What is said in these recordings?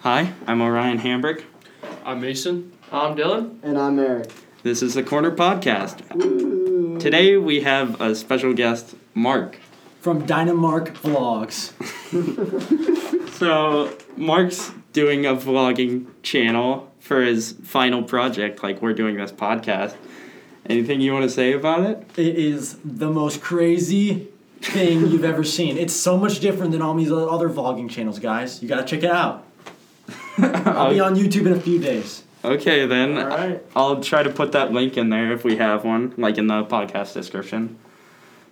Hi, I'm Orion Hambrick. I'm Mason. I'm Dylan. And I'm Eric. This is the Corner Podcast. Woo. Today we have a special guest, Mark. from Dynamark Vlogs. So, Mark's doing a vlogging channel for his final project, like we're doing this podcast. Anything you want to say about it? It is the most crazy thing you've ever seen. It's so much different than all these other vlogging channels, guys. You gotta check it out. I'll Uh, be on YouTube in a few days. Uh, Okay, then. All right. I'll try to put that link in there if we have one, like in the podcast description.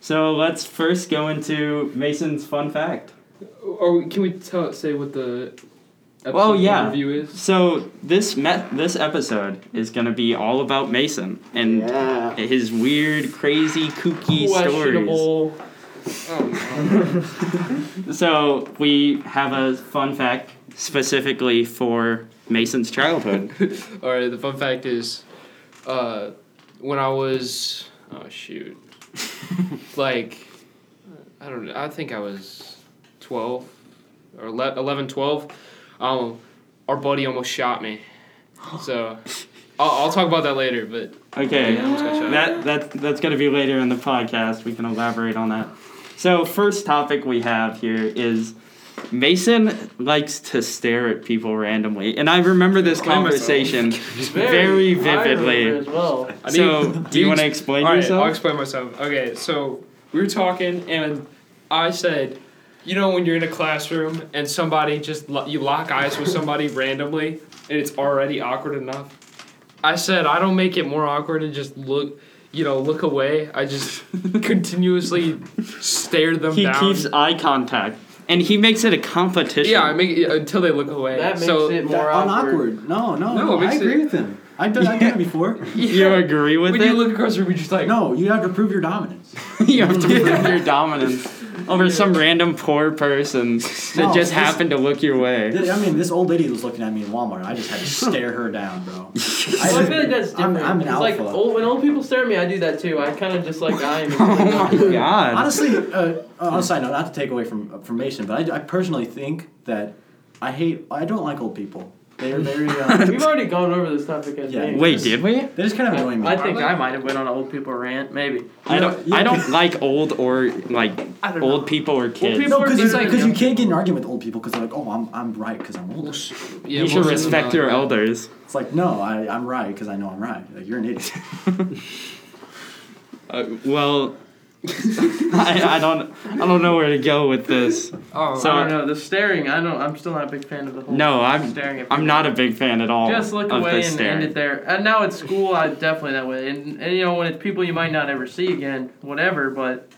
So, let's first go into Mason's fun fact. Or can we tell say what the episode Well, yeah. review is? So this met this episode is gonna be all about Mason and Yeah. his weird, crazy, kooky stories. Questionable. Oh, So we have a fun fact specifically for Mason's childhood. no. All right. The fun fact is, uh, when I was oh shoot, like I don't know. I think I was twelve or 11, 11 12. Um, our buddy almost shot me. So, I'll, I'll talk about that later. But Okay, Yeah, I was gonna shout that that that's gonna be later in the podcast. We can elaborate on that. So first topic we have here is Mason likes to stare at people randomly, and I remember this Blame myself. conversation very I vividly. remember as well. I so, need- do you you want to ex- explain All right, I'll yourself? explain myself. Okay, so we were talking, and I said, you know, when you're in a classroom and somebody just lo- you lock eyes with somebody randomly, and it's already awkward enough. I said I don't make it more awkward and just look, you know, look away. I just continuously stare them he down. keeps eye contact, and he makes it a competition. yeah, I make it until they look away. That makes so, it That- more on awkward. awkward. No, no, No, it no. I makes agree it- with him. I've done, I've done it before. you agree with when it. you look across the room, you're just like, No, you have to prove your dominance. you have to prove your dominance over some random poor person that No, just this- happened to look your way. I mean, this old lady was looking at me in Walmart. and I just had to stare her down, bro. I, feel like that's I'm- different. I'm an it's like alpha. old, when old people stare at me, I do that too. I kind of just like I am. Oh my god! Honestly, uh, on a side note, not to take away from from Mason, but I, I personally think that I hate, I don't like old people. They're very, uh, We've already gone over this topic. I Yeah. think. Wait, did we? they just kind of annoy me. I think I might have went on an old people rant. Maybe. I don't. Yeah. I don't like old or like I don't old know. people or kids. people- No, because Better than you young can't get in an argument with old people because they're like, oh, I'm, I'm right because I'm older. yeah, you should most of them respect are- your elders. It's like, no, I, I'm right because I know I'm right. Like, you're an idiot. Uh, well, I, I don't. I don't know where to go with this. Oh, So- I don't know. The staring. I don't. I'm still not a big fan of the whole. No, I'm. staring at. I'm people. not a big fan at all. Just look of away this and staring. end it there. And now at school, I definitely that way. And, and you know when it's people you might not ever see again, whatever. But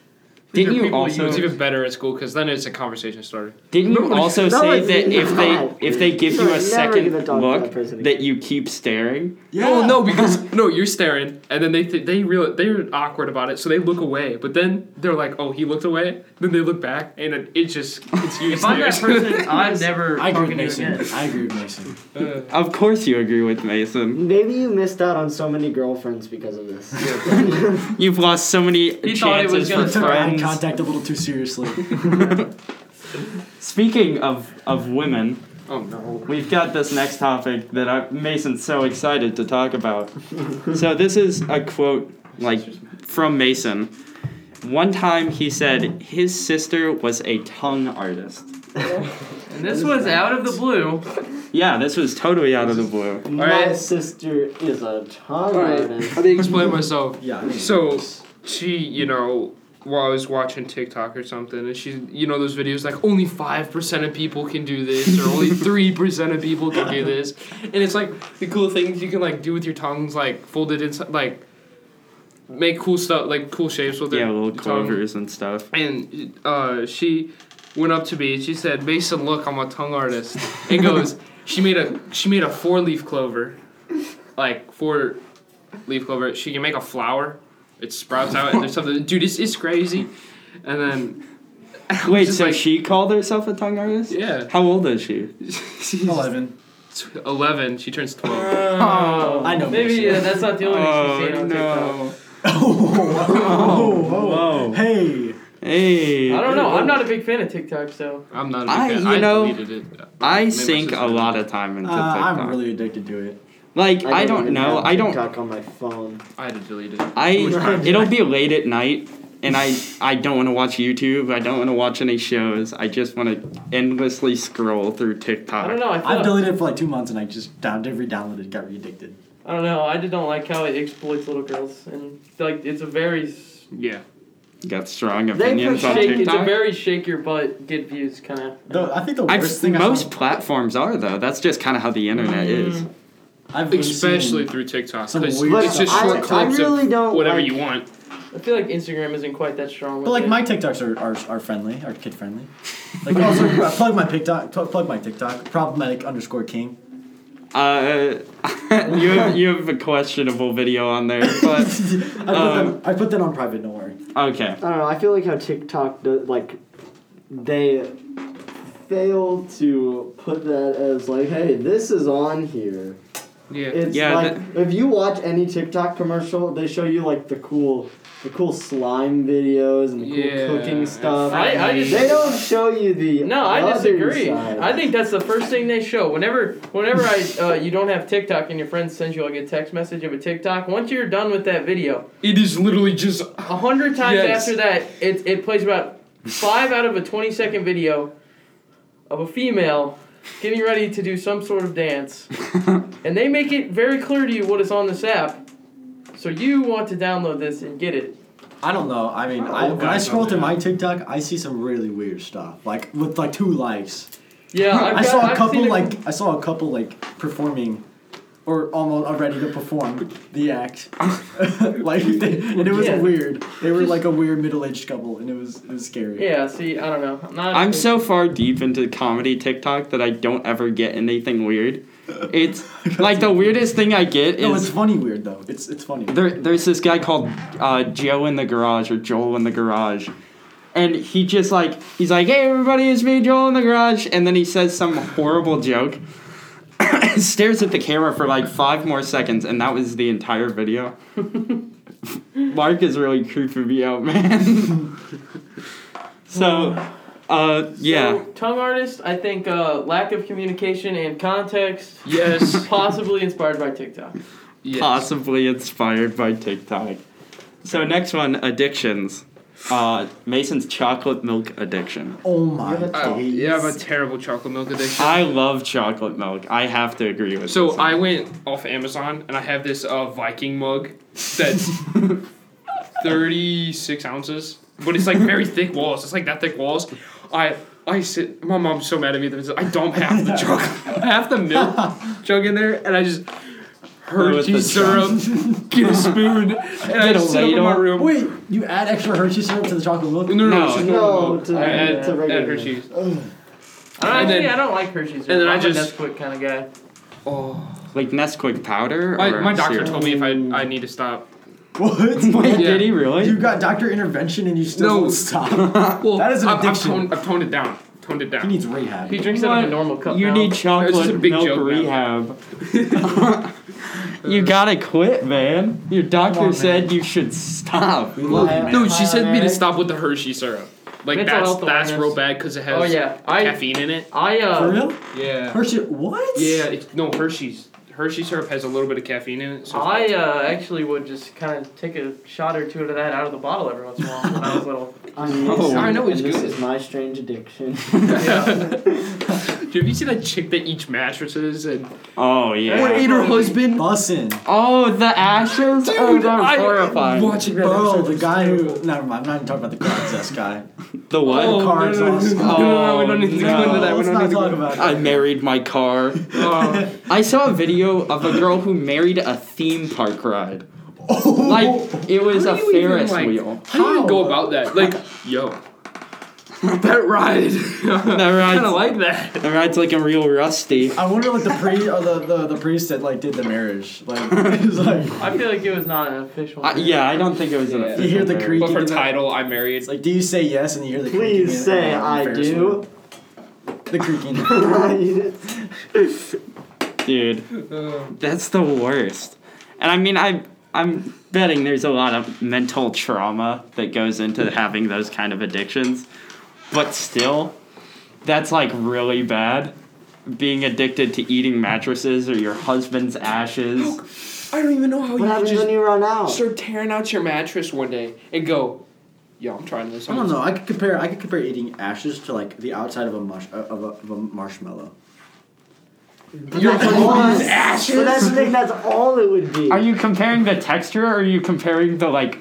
these Didn't are you people also- it's even better at school because then it's a conversation starter. Didn't you No, also no, say it's that if not. they if they give you Sorry, a never second give a dog to look that person again. that you keep staring? yeah. Oh no, because no, you're staring, and then they th- they real they're awkward about it, so they look away. But then they're like, "Oh, he looked away." Then they look back, and it, it's just it's you. If I'm that stares. person, I'm never I agree with talking to you Mason. again. I agree with Mason. Uh, Of course you agree with Mason. Maybe you missed out on so many girlfriends because of this. You've lost so many He thought it chances was for I took eye friends. contact a little too seriously. Speaking of of women, oh no. we've got this next topic that I, Mason's so excited to talk about. so this is a quote like from Mason. One time he said his sister was a tongue artist. And this was out of the blue. Yeah, this was totally out of the blue. My Alright. sister is a tongue artist. let me explain myself. Yeah. I mean, So- it's- She, you know, while I was watching TikTok or something, and she, you know, those videos like only five percent of people can do this, or only three percent of people can do this, and it's like the cool things you can like do with your tongues, like folded inside, like make cool stuff, like cool shapes with Yeah, their little tongue. clovers and stuff. and uh, she went up to me and she said, "Mason, look, I'm a tongue artist." And goes, she made a she made a four leaf clover, like four leaf clover. She can make a flower. It sprouts out and there's something. Dude, it's it's crazy. And then I was Wait, just so like, she called herself a tongue artist? yeah, How old is she? she's Eleven. eleven. She turns twelve. Oh, I know Maybe Mason. uh, that's Oh, not the only thing she's seen on TikTok. Oh, Whoa. Hey. Hey. I don't know. I'm not a big fan of TikTok, so I'm not. A big I- fan. you I know, deleted it. I Maybe sink it's a just- lot of time into Uh, TikTok. I'm really addicted to it. like I don't, even know. have I don't. TikTok on my phone. I had to delete it. I Right. it'll be late at night, and I I don't want to watch YouTube. I don't want to watch any shows. I just want to endlessly scroll through I don't TikTok. know. I I've feel. deleted it for like two months, and I just down every downloaded got re-addicted. I don't know. I just don't like how it exploits little girls, and like it's a very s- Yeah. Got strong They opinions on push shake. It's a TikTok. very shake your butt, get views kind of. Though I think the I've, worst thing most I saw, Mm. platforms are though. That's just kind of how the internet is. I've really Especially seen- through TikTok, some 'cause weird it's just stuff. short I- I clips really of don't whatever like- you want. I feel like Instagram isn't quite that strong. With But like it. my TikToks are, are, are friendly, are kid friendly. Like also plug my TikTok, pl- plug my TikTok. Problematic underscore king. Uh, you have, you have a questionable video on there, I, but put Um, that, I put that on private. Don't worry. okay. I don't know. I feel like how TikTok does like they fail to put that as like, hey, this is on here. Yeah. It's Yeah, like if you watch any TikTok commercial, they show you like the cool, the cool slime videos and the Yeah, cool cooking and stuff. I- I just- they don't show you the No, I other disagree. side. I think that's the first thing they show. Whenever, whenever I, uh, you don't have TikTok and your friend sends you like a text message of a TikTok. Once you're done with that video, It is literally just. a hundred times Yes. after that, it it plays about five out of a twenty second video of a female getting ready to do some sort of dance, and they make it very clear to you what is on this app. So you want to download this and get it. I don't know. I mean, I, Oh, when I guys, scroll I'll through do my TikTok, I see some really weird stuff. Like with like two likes. Yeah, I've I got- saw a I've couple seen it- like I saw a couple like performing, or almost are ready to perform the act. like they, and it was Yeah. weird. They were like a weird middle aged couple, and it was it was scary. Yeah, see, I don't know. I'm, not I'm so far deep into comedy TikTok that I don't ever get anything weird. It's like the weirdest thing I get No, it's is funny weird though. It's it's funny. there, there's this guy called uh, Joe in the Garage or Joel in the Garage. And he just like, he's like, hey everybody, it's me, Joel in the Garage. And then he says some horrible joke, stares at the camera for like five more seconds, and that was the entire video. Mark is really creeping me out, man. so, uh, yeah. So, tongue artist, I think uh, lack of communication and context, Yes. possibly inspired by TikTok. yes. possibly inspired by TikTok. So next one, addictions. Uh, Mason's chocolate milk addiction. Oh my Yeah, Oh, god. yeah, I have a terrible chocolate milk addiction. I love chocolate milk. I have to agree with. So this. I went off Amazon and I have this uh, Viking mug that's 36 ounces, but it's like very thick walls. It's like that thick walls. I I sit. My mom's so mad at me that I dump half the jug, half the milk jug in there, and I just Throw it the Hershey syrup, get a spoon, and I Get a sit up in my ladle. room. Wait, you add extra Hershey syrup to the chocolate milk? No, No. Oh. no, no, it's just normal No, milk. to- I add, to regular add Hershey's. I don't, And actually, then- I don't like Hershey's. and then I I'm just- a Nesquik kind of guy. Oh, like Nesquik powder. my, or my doctor cereal? told me if I I need to stop. What? Wait, Yeah. did he really? You got doctor intervention and you still No. won't stop. Well, Uh, That is an I've, I've addiction. toned, I've toned it down. Toned it he down. needs rehab. He drinks out of What? a normal cup. You now. need chocolate a big milk joke now. rehab. you gotta quit, man. Your doctor Come on, said man. you should stop. We love you, I- man. No, she said me to Alright. stop with the Hershey syrup. Like Mental that's health that's awareness. real bad because it has Oh yeah, I caffeine in it. I uh. For real? Yeah. Hershey, what? Yeah. It's, no Hershey's Hershey syrup has a little bit of caffeine in it. So I uh, actually would just kind of take a shot or two of that out of the bottle every once in a while when I was little. I'm Oh, Mason, I know it's and this good. is my strange addiction. Yeah. Dude, have you seen that chick that eats mattresses and Oh yeah. Wait. her husband? Bussin. Oh, the ashes. oh, Dude, they're I- horrifying. Watching that Bro, episode the was guy terrible. who. Never mind, I'm not even talking about the car exhaust guy. The what? Oh, no, car no, no, exhaust. no, no, no, we don't need to go Oh, into that. We Let's don't not need to go talk into about I that. married my car. that. I saw a video of a girl who married a theme park ride. Oh, Like it was How a do you even, Ferris like- wheel. How do you go about that? Like, yo, that ride. that ride's- Kind of like that. The ride's like a real rusty. I wonder what the priest or the, the, the priest that like did the marriage. Like, it's like I feel like it was not an official. I, Uh, yeah, I don't think it was an Yeah. official. you hear the marriage. creaking. But for in the- title, I married. It's like, do you say yes? And you hear the creaking. Please in- say in the I Ferris do. wheel. The creaking. Dude, that's the worst. And I mean, I I'm betting there's a lot of mental trauma that goes into having those kind of addictions. But still, that's like really bad. Being addicted to eating mattresses or your husband's ashes. I don't even know how you What could happens just when you run out? start tearing out your mattress one day and go, "Yo, I'm trying this." I don't know. I could compare. I could compare eating ashes to like the outside of a mush uh, of a, of a marshmallow. You're That's fucking all- ashes. But that's the thing. That's all it would be. Are you comparing the texture or are you comparing the like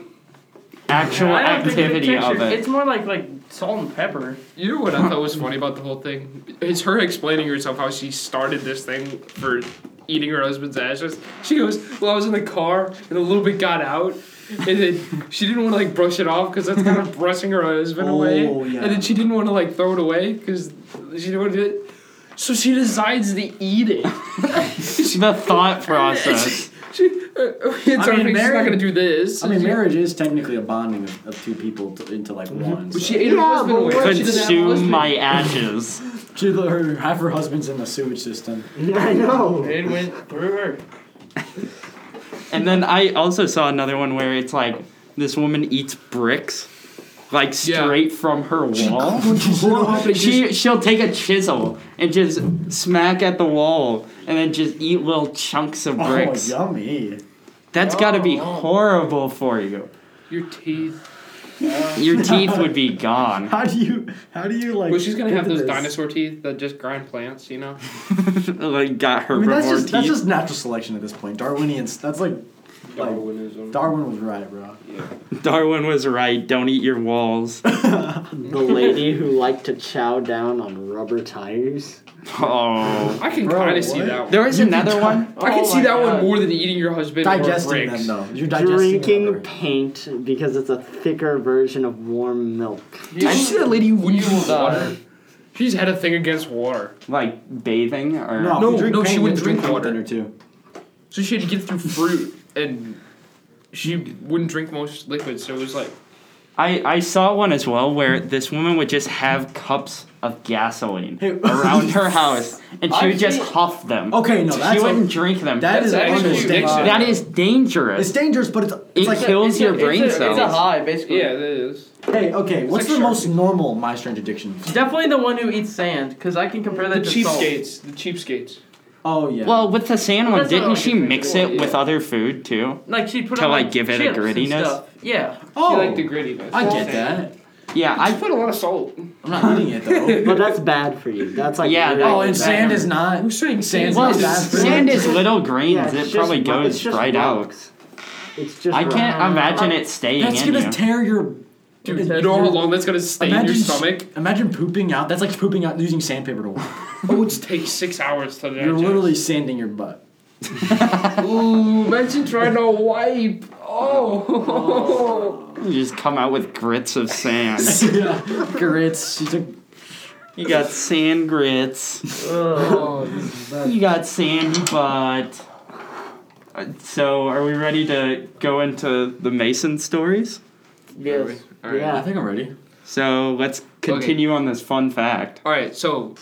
actual I don't think the activity of texture- it? It's more like like salt and pepper. You know what I thought was funny about the whole thing? It's her explaining herself how she started this thing for eating her husband's ashes. She goes, "Well, I was in the car and a little bit got out." And then she didn't want to like brush it off because that's kind of brushing her husband away. Oh, yeah. And then she didn't want to like throw it away because she didn't want to do it. So she decides to eat it. the thought process. She, uh, it's I mean, our thing, she's not married- gonna do this. I mean, marriage is technically a bonding of, of two people to, into like one. But so- Mm-hmm. she ate her Yeah, husband but away. what- She didn't have a Consume husband. my ashes. She let her half her husband's in the sewage system. I know. It went through her. And then I also saw another one where it's like this woman eats bricks, like Yeah. straight from her wall. They just- She she'll take a chisel and just smack at the wall, and then just eat little chunks of bricks. Oh, yummy! That's got to be horrible for you. your teeth. Your teeth would be gone. How do you? How do you like? Well, she's gonna get have to those this? dinosaur teeth that just grind plants, you know. like got I mean, herbivore that's just teeth. that's just natural selection at this point. Darwinian. s- That's like, like Darwin was right, bro. Darwin was right. Don't eat your walls. The lady who liked to chow down on rubber tires. Oh. I can Bro, kind of see what? that one. There is another one. I can Oh see my that God. one more than eating your husband or Digesting bricks. them though. You're digesting Drinking rubber. paint because it's a thicker version of warm milk. Did you see that lady who wouldn't You use will water? She's had a thing against water, Like bathing or No, No, if you drink no, paint, she you wouldn't drink drink paint water. Dinner too. so she had to get through fruit, and she wouldn't drink most liquids. So it was like, I, I saw one as well where this woman would just have cups of gasoline Hey. around her house and she I've would just seen- huff them. Okay, no, she that's wouldn't a, drink them. Uh, that That's is actually addiction. understatement. that is It's dangerous. dangerous, but it's, it's It like kills- It's a- your it's brain a, It's a cells. high, basically. yeah, that is. Hey, okay, what's like the most shark. normal my strange addiction? Definitely the one who eats sand, because I can compare The that to salt. cheapskates, the cheapskates. Oh yeah. Well, with the sand one, That's not didn't like she a drink mix at all, it with yeah. other food too? Like she put To, on like, like, give it a chips and grittiness? stuff. Yeah. oh, She liked the grittiness. I get that. Yeah, I I put a lot of salt. I'm not eating it though. But that's bad for you. That's like Yeah, really that- oh, and bad. sand is not. Who's saying Sand's well, It's not bad for you. sand is little grains. Yeah, it's it just probably ro- goes it's just right out. rocks. It's just I can't rocks. imagine it staying That's in gonna you. tear your. Dude, you know how long that's gonna stay in your s- stomach? Imagine pooping out. That's like pooping out using sandpaper to wipe. Oh, it takes six hours to digest. You're literally sanding your butt. Ooh, imagine trying to wipe. Oh. you just come out with grits of sand. yeah. Grits. She took. you got sand grits. Oh, You got sandy butt. Uh, So, are we ready to go into the Mason stories? Yes. Yeah. I think I'm ready. So let's continue on this fun fact. All right, so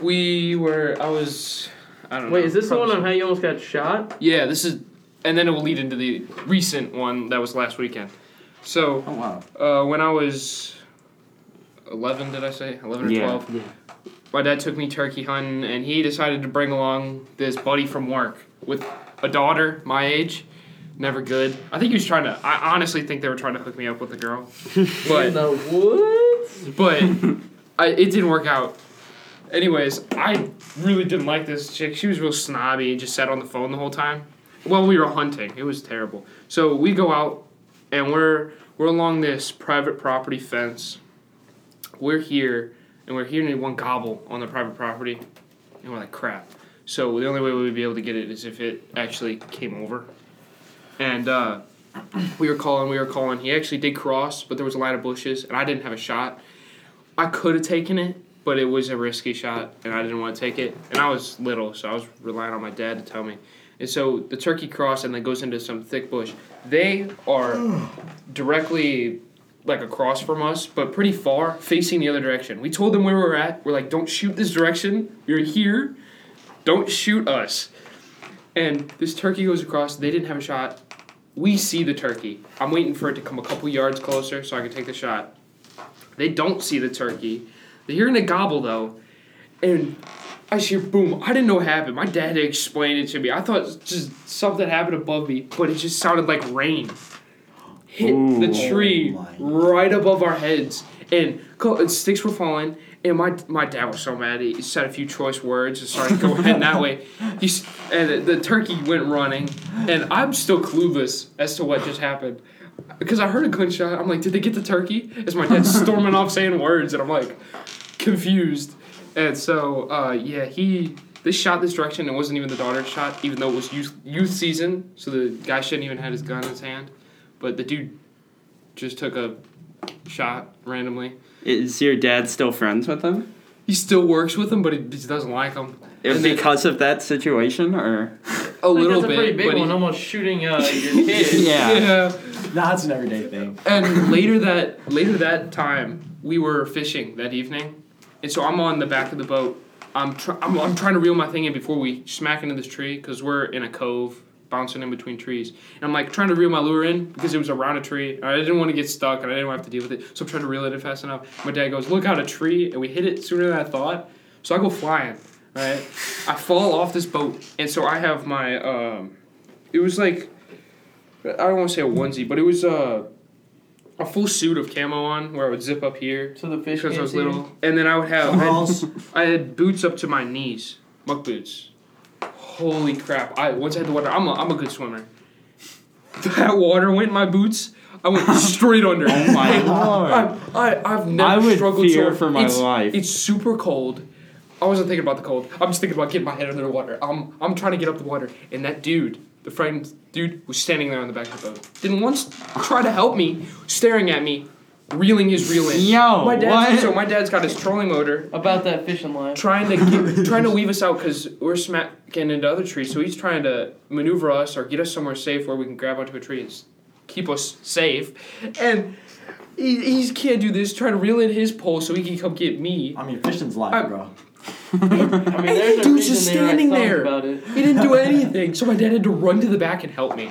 we were. I was. I don't know. Wait, is this the one probably- on how you almost got shot? Yeah, this is, and then it will lead into the recent one that was last weekend. So Oh wow. uh, when I was eleven, did I say eleven or Yeah. twelve? Yeah. My dad took me turkey hunting, and he decided to bring along this buddy from work with a daughter my age. Never good. I think he was trying to. I honestly think they were trying to hook me up with a girl, but In the woods? but I, it didn't work out. Anyways, I really didn't like this chick. She was real snobby and just sat on the phone the whole time. Well, we were hunting. It was terrible. So we go out and we're we're along this private property fence. We're here and we're hearing one gobble on the private property, and we're like, crap. So the only way we would be able to get it is if it actually came over. And uh, we were calling, we were calling. He actually did cross, but there was a line of bushes, and I didn't have a shot. I could have taken it, but it was a risky shot, and I didn't want to take it. And I was little, so I was relying on my dad to tell me. And so the turkey cross and then goes into some thick bush. They are directly like across from us, but pretty far, facing the other direction. We told them where we were at. We're like, don't shoot this direction. You're here. Don't shoot us. and this turkey goes across. They didn't have a shot. We see the turkey. I'm waiting for it to come a couple yards closer so I can take the shot. They don't see the turkey. They're hearing a gobble though, and I hear boom. I didn't know what happened. My dad had explained it to me. I thought just something happened above me, but it just sounded like rain hit the tree Oh my. right above our heads, and, co- and sticks were falling. And my my dad was so mad. He said a few choice words and started going heading that way. He s- and the, the turkey went running, and I'm still clueless as to what just happened. Because I heard a gunshot, I'm like, did they get the turkey? As my dad's storming off saying words, and I'm like, confused. And so, uh, yeah, he they shot this direction. It wasn't even the daughter's shot, even though it was youth, youth season, so the guy shouldn't even had his gun in his hand. But the dude just took a shot randomly. Is your dad still friends with them? He still works with him, but he, he doesn't like him If And then- because of that situation, or a I think little that's a bit. pretty big but he- one, almost shooting uh, your kid. yeah, yeah. Nah, it's an everyday thing. And later that later that time, we were fishing that evening, and so I'm on the back of the boat. I'm tr- I'm, I'm trying to reel my thing in before we smack into this tree because we're in a cove, bouncing in between trees. And I'm like trying to reel my lure in because it was around a tree, and I didn't want to get stuck, and I didn't have to deal with it. So I'm trying to reel it in fast enough. My dad goes, "Look out, a tree!" and we hit it sooner than I thought. So I go flying. Right, I fall off this boat, and so I have my um, it was like I don't want to say a onesie, but it was uh a full suit of camo on where I would zip up here So the fish because I can't was see you? little, and then I would have I had, Overalls. I had boots up to my knees, muck boots. Holy crap! I once I had the water. I'm a, I'm a good swimmer. That water went in my boots. I went straight under. oh my lord. I, I, I've never I would struggled fear so- for my it's, life. It's super cold. I wasn't thinking about the cold. I'm just thinking about getting my head under the water. I'm I'm trying to get up the water, and that dude, the friend dude, was standing there on the back of the boat. Didn't once try to help me, staring at me, reeling his reel in. Yo, my dad's, what? So my dad's got his trolling motor, About that fishing line. trying to get, trying to weave us out because we're smacking into other trees. So he's trying to maneuver us or get us somewhere safe where we can grab onto a tree and s- keep us safe. And he, he can't do this. Trying to reel in his pole so he can come get me. I mean, fishing's life, I'm- bro. I mean, And there's the a dude's reason just they write standing songs there. About it. He didn't do anything, so my dad had to run to the back and help me.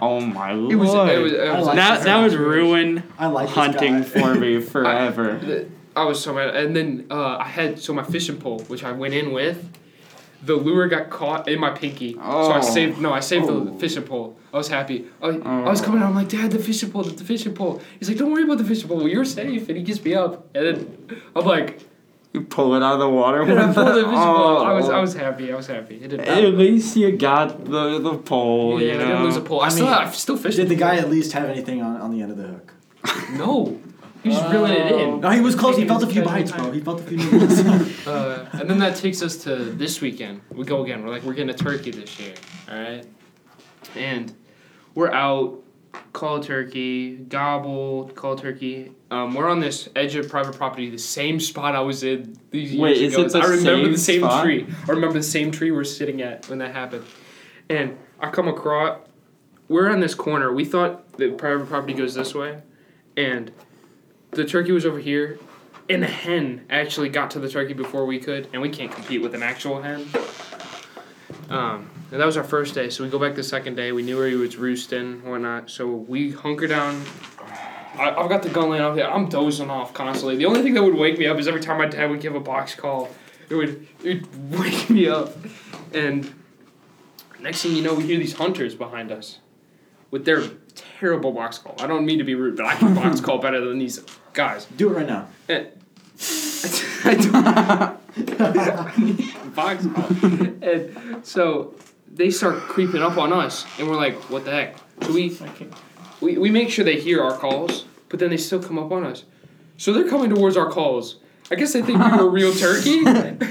oh my lord, It was, it was, uh, it I was like that that would ruin I like this hunting guy. for me forever. The- I was so mad, and then uh, I had so my fishing pole, which I went in with, the lure got caught in my pinky. So I Oh. saved. No, I saved Oh. the fishing pole. I was happy. I, I was coming out. I'm like, Dad, the fishing pole, the fishing pole. He's like, Don't worry about the fishing pole. You're safe. And he gets me up, and then I'm like, you pull it out of the water. and I with pulled the the- fishing pole. I was, I Oh. was happy. I was happy. It didn't. At least you got the the pole. yeah, you I didn't lose a know? pole. I, I still, mean, I still fished. Did the guy at least have anything on, on the end of the hook? No, he was reeling it in. No, he was close. He felt a few Taking his bites, time. bro. He felt a few bites. Uh, and then that takes us to this weekend. We go again. We're like, we're getting a turkey this year. All right. And we're out, call turkey, gobble, call turkey. Um, we're on this edge of private property, the same spot I was in these years Wait, is ago. it the I remember the same same spot? tree. I remember the same tree we were sitting at when that happened. And I come across, we're on this corner. We thought the private property goes this way. And the turkey was over here, and a hen actually got to the turkey before we could, and we can't compete with an actual hen. Um, and that was our first day, so we go back the second day. We knew where he was roosting, whatnot. So we hunker down. I, I've got the gun laying up there. I'm dozing off constantly. The only thing that would wake me up is every time my dad would give a box call. It would it would wake me up, and next thing you know, we hear these hunters behind us with their terrible box call. I don't mean to be rude, but I can box call better than these guys. Do it right now. I don't- Box call. And so they start creeping up on us, and we're like, "What the heck?" So we we, we make sure they hear our calls, but then they still come up on us. So they're coming towards our calls. I guess they think we were real turkey.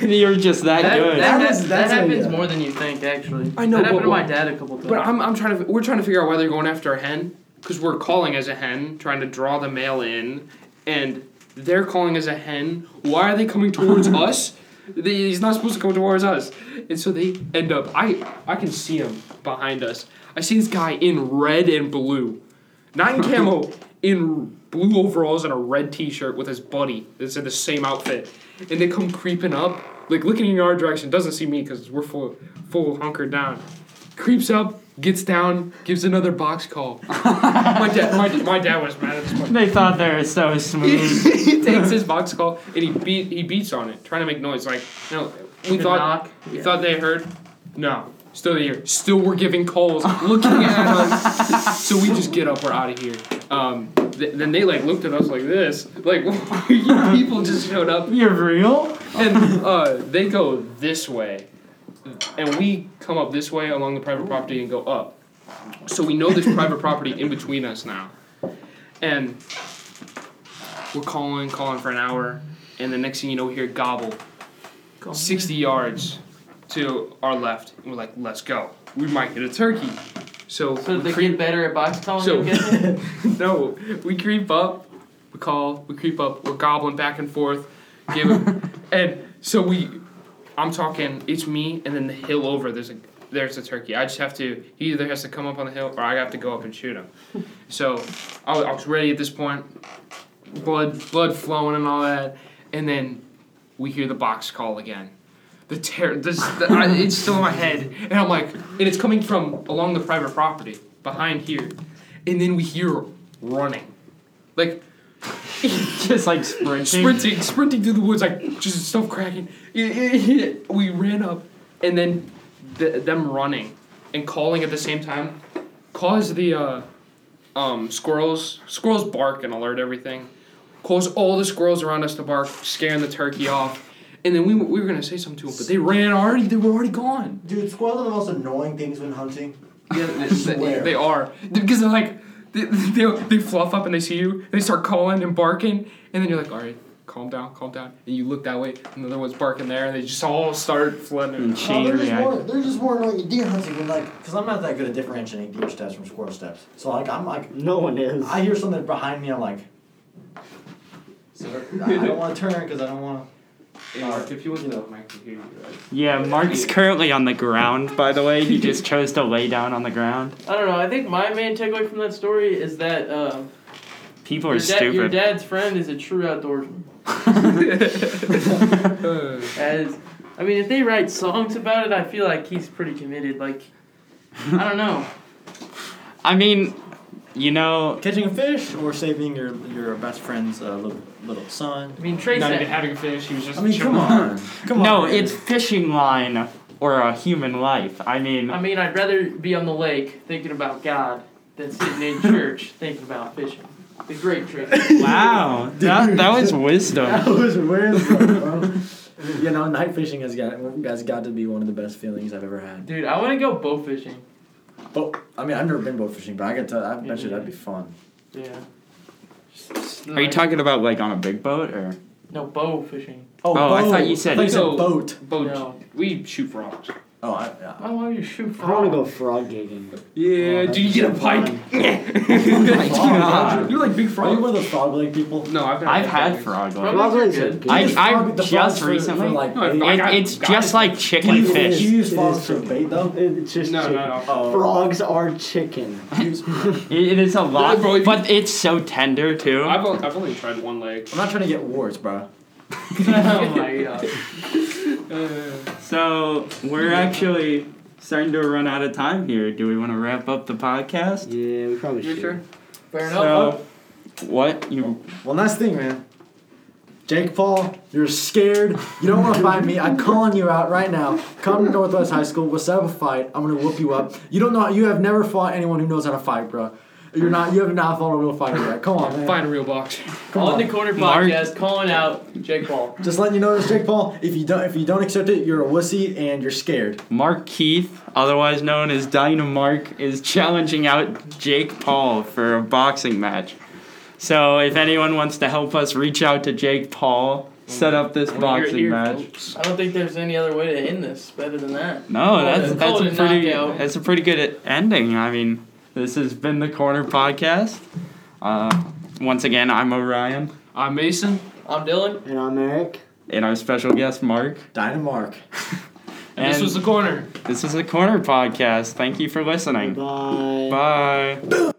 You're just that, That, good. that, That was- that that's a, happens uh, more than you think, actually. I know, That happened but to my what- dad a couple times. But I'm, I'm trying to we're trying to figure out why they're going after a hen because we're calling as a hen, trying to draw the male in, and they're calling as a hen. Why are they coming towards us? They, he's not supposed to come towards us, and so they end up. I I can see him behind us. I see this guy in red and blue, not in camo, in blue overalls and a red T-shirt with his buddy that's in the same outfit, and they come creeping up, like looking in our direction. Doesn't see me because we're full full hunkered down creeps up, gets down, gives another box call. my, dad, my, my dad was mad at this point. They thought they were so smooth. he takes his box call and he beat he beats on it, trying to make noise. Like, no, we The thought knock? we Yeah. thought they heard. No, still here. Still, we're giving calls, looking at us. so we just get up. We're out of here. Um, th- then they like looked at us like this, like you people just showed up You're real? and uh, they go this way, and we come up this way along the private property and go up. So we know there's private property in between us now, and we're calling, calling for an hour, and the next thing you know, we hear gobble, sixty yards to our left, and we're like, let's go. We might get a turkey. So, So we they creep- get better at box calling. So- So, guessing? no, we creep up, we call, we creep up, we're gobbling back and forth, give him, and so we, I'm talking, it's me, and then the hill over, there's a, there's a turkey. I just have to, he either has to come up on the hill, or I have to go up and shoot him. So, I, wa- I was ready at this point, blood, blood flowing and all that, and then we hear the box call again. The terror, this, the, I, it's still in my head, and I'm like, and it's coming from along the private property, behind here, and then we hear running, like Just like sprinting. sprinting, sprinting through the woods, like just stuff cracking. We ran up, and then th- them running and calling at the same time caused the uh, um, squirrels squirrels bark and alert everything, caused all the squirrels around us to bark, scaring the turkey off. And then we, w- we were gonna say something to them, but they ran already. They were already gone. Dude, squirrels are the most annoying things when hunting. Yeah, they, they, swear. they are because they're like they, they, they fluff up and they see you. They start calling and barking, and then you're like, all right, calm down, calm down. And you look that way, and the other one's barking there, and they just all start flooding. Oh, Chain they're, just reaction. more, they're just more annoying at deer hunting when like, because I'm not that good at differentiating deer steps from squirrel steps. So like, I'm like, No one is. I hear something behind me, I'm like, so I I don't want to turn because I don't want Hey, Mark, if you want to, Mike, can hear you. right? Yeah, Mark's currently on the ground, by the way. He just chose to lay down on the ground. I don't know. I think my main takeaway from that story is that uh, People your, are dad- your stupid. dad's friend is a true outdoorsman. Uh, As I mean, if they write songs about it, I feel like he's pretty committed. Like, I don't know. I mean, you know, to catching a fish or saving your your best friend's uh, little little son. I mean, Trey not even said having a finish, he was just. I mean, come chilling. on, come on. no, man. it's fishing line or a human life. I mean, I mean, I'd rather be on the lake thinking about God than sitting in church thinking about fishing. The great trick. wow, that, that was wisdom. That was wisdom, bro. you know, night fishing has got has got to be one of the best feelings I've ever had. Dude, I want to go bow fishing. But I mean, I've never been boat fishing, but I can tell. I bet you that'd be fun. Yeah. Just- Are you talking about like on a big boat or? No, bow fishing. Oh, I thought boat. you said- I thought you said No. boat. Boat, No. we shoot frogs. Oh, I, yeah. I want you to shoot I want to frogs. go frog digging. Yeah, dude, you get a pike. God. You're like big Are you frog. one of those frog leg people? No, I've, never I've had frogs. frog Frog legs. Frog legs are legs good. are I- You use I've frog- the just frogs for- recently- For, like, No, bait. frog- It, it's just like chicken You use- You fish. use It frogs is for chicken. bait though. good. It's just No, chicken. no, no. Oh. Frogs are chicken. It, it is a lot, bro, if you- but it's so tender too. I've, on- I've only tried one leg. I'm not trying to get warts, bro. oh my god. Uh, So we're actually starting to run out of time here. Do we want to wrap up the podcast? Yeah, we probably Your should. turn. Fair enough. So, what you? One last thing, man. Jake Paul, you're scared. You don't want to fight me. I'm calling you out right now. Come to Northwest High School. We'll set up a fight. I'm gonna whoop you up. You don't know. You have never fought anyone who knows how to fight, bro. You're not. You have not fought a real fighter yet. Come on, man. Find a real box. Come on on. the corner Mark- podcast, calling out Jake Paul. Just letting you know this, Jake Paul. If you don't, if you don't accept it, you're a wussy and you're scared. Mark Keith, otherwise known as Dynamark, is challenging out Jake Paul for a boxing match. So if anyone wants to help us, reach out to Jake Paul, set up this boxing match. I don't think there's any other way to end this better than that. No, Call that's it- that's call a it a pretty knockout. that's a pretty good ending. I mean, this has been the Corner Podcast. Uh, once again, I'm Orion I'm Uh, Mason. I'm Dylan. And I'm Eric. and our special guest Mark. Dynamark. And this And- was the corner. This is the Corner Podcast. Thank you for listening. Bye. Bye.